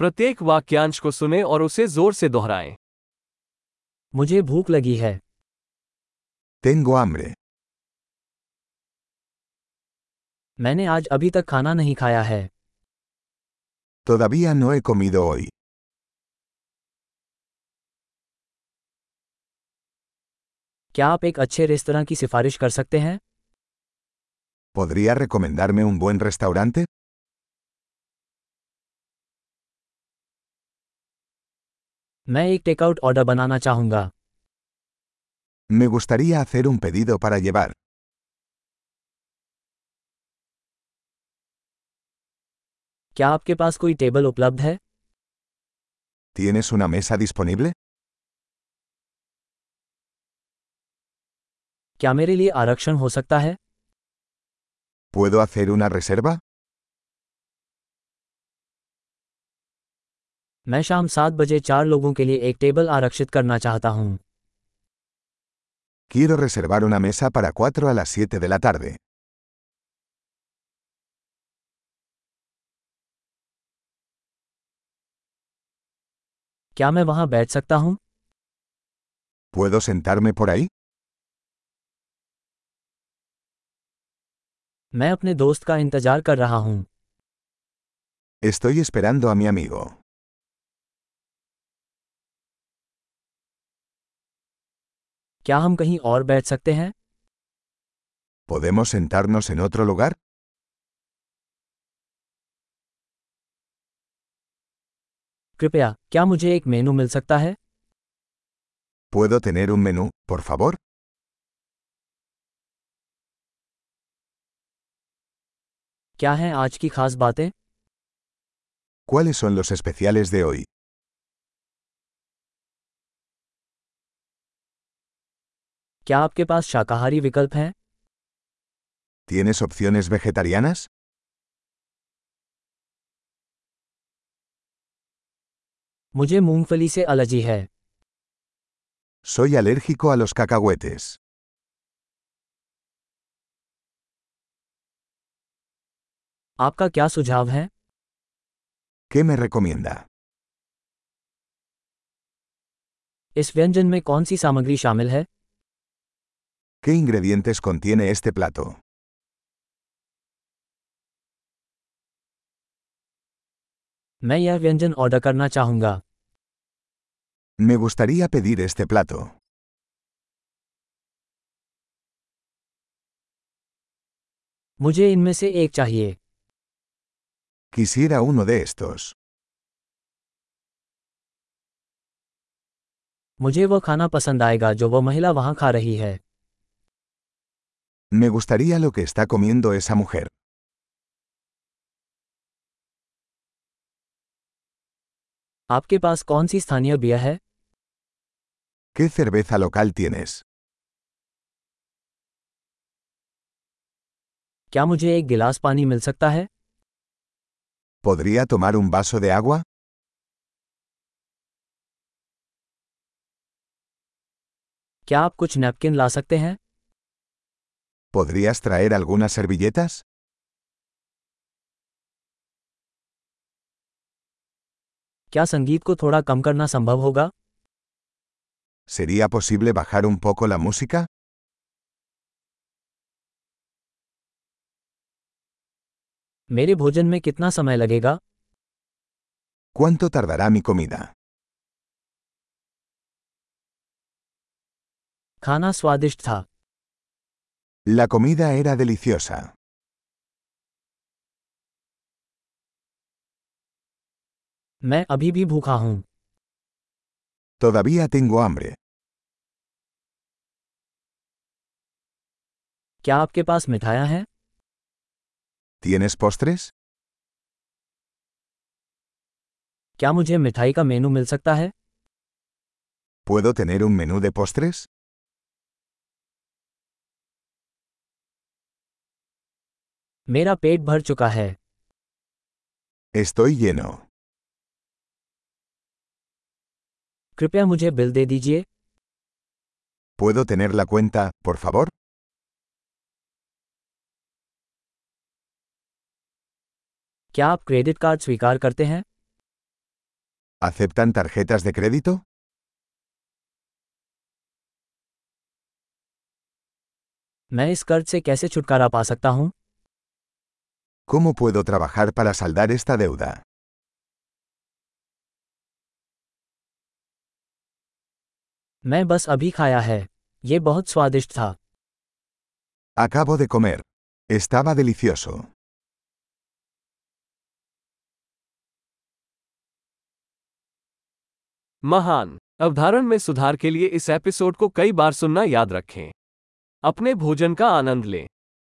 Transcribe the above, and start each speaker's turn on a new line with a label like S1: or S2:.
S1: प्रत्येक वाक्यांश को सुने और उसे जोर से दोहराएं
S2: मुझे भूख लगी है
S3: Tengo hambre.
S2: मैंने आज अभी तक खाना नहीं खाया है
S3: Todavía no he comido hoy.
S2: क्या आप एक अच्छे रेस्तरा की सिफारिश कर सकते हैं
S3: ¿Podría recomendarme un buen restaurante?
S2: मैं एक टेकआउट ऑर्डर बनाना चाहूँगा
S3: Me gustaría hacer un pedido para llevar.
S2: क्या आपके पास कोई टेबल उपलब्ध है
S3: ¿Tienes una mesa disponible?
S2: क्या मेरे लिए आरक्षण हो सकता है
S3: ¿Puedo hacer una reserva?
S2: मैं शाम सात बजे चार लोगों के लिए एक टेबल आरक्षित करना चाहता हूँ
S3: Quiero reservar una mesa para 4 a las 7 de la tarde.
S2: क्या मैं वहाँ बैठ सकता हूँ
S3: ¿Puedo sentarme por ahí?
S2: मैं अपने दोस्त का इंतजार कर रहा हूँ
S3: Estoy esperando a mi amigo.
S2: क्या हम कहीं और बैठ सकते हैं
S3: ¿Podemos sentarnos en otro lugar?
S2: कृपया क्या मुझे एक मेनू मिल सकता है
S3: ¿Puedo tener un menú, por favor?
S2: क्या हैं आज की खास बातें
S3: ¿Cuáles son los especiales de hoy?
S2: क्या आपके पास शाकाहारी विकल्प हैं
S3: ¿Tienes opciones vegetarianas?
S2: मुझे मूंगफली से एलर्जी है
S3: Soy alérgico a los cacahuetes.
S2: आपका क्या सुझाव है
S3: ¿Qué me recomienda?
S2: इस व्यंजन में कौन सी सामग्री शामिल है
S3: ¿Qué ingredientes contiene este plato?
S2: मैं यह व्यंजन ऑर्डर करना चाहूँगा
S3: Me gustaría pedir este plato.
S2: मुझे इनमें से एक चाहिए
S3: Quisiera uno de estos.
S2: मुझे वह खाना पसंद आएगा जो वह महिला वहाँ खा रही है
S3: Me gustaría lo que está comiendo esa mujer.
S2: आपके पास कौन सी स्थानीय बियर है
S3: ¿Qué cerveza local tienes?
S2: क्या मुझे एक गिलास पानी मिल सकता है
S3: ¿Podría tomar un vaso de agua?
S2: क्या आप कुछ नैपकिन ला सकते हैं
S3: ¿Podrías traer algunas servilletas?
S2: क्या संगीत को थोड़ा कम करना संभव होगा
S3: ¿Sería posible bajar un poco la música?
S2: मेरे भोजन में कितना समय लगेगा
S3: ¿Cuánto tardará mi comida?
S2: खाना स्वादिष्ट था
S3: La comida era deliciosa.
S2: मैं अभी भी भूखा हूँ
S3: Todavía tengo hambre.
S2: क्या आपके पास मिठाइयाँ हैं
S3: ¿Tienes postres?
S2: क्या मुझे मिठाई का मेनू मिल सकता है
S3: ¿Puedo tener un menú de postres?
S2: मेरा पेट भर चुका है
S3: Estoy lleno.
S2: कृपया मुझे बिल दे दीजिए
S3: ¿Puedo tener la cuenta, por favor?
S2: क्या आप क्रेडिट कार्ड स्वीकार करते हैं
S3: ¿Aceptan tarjetas de crédito?
S2: मैं इस कर्ज से कैसे छुटकारा पा सकता हूँ
S3: ¿Cómo puedo trabajar para saldar esta deuda?
S2: मैं बस अभी खाया है ये बहुत स्वादिष्ट था
S3: Acabo de comer. Estaba delicioso.
S1: महान अवधारण में सुधार के लिए इस एपिसोड को कई बार सुनना याद रखें अपने भोजन का आनंद लें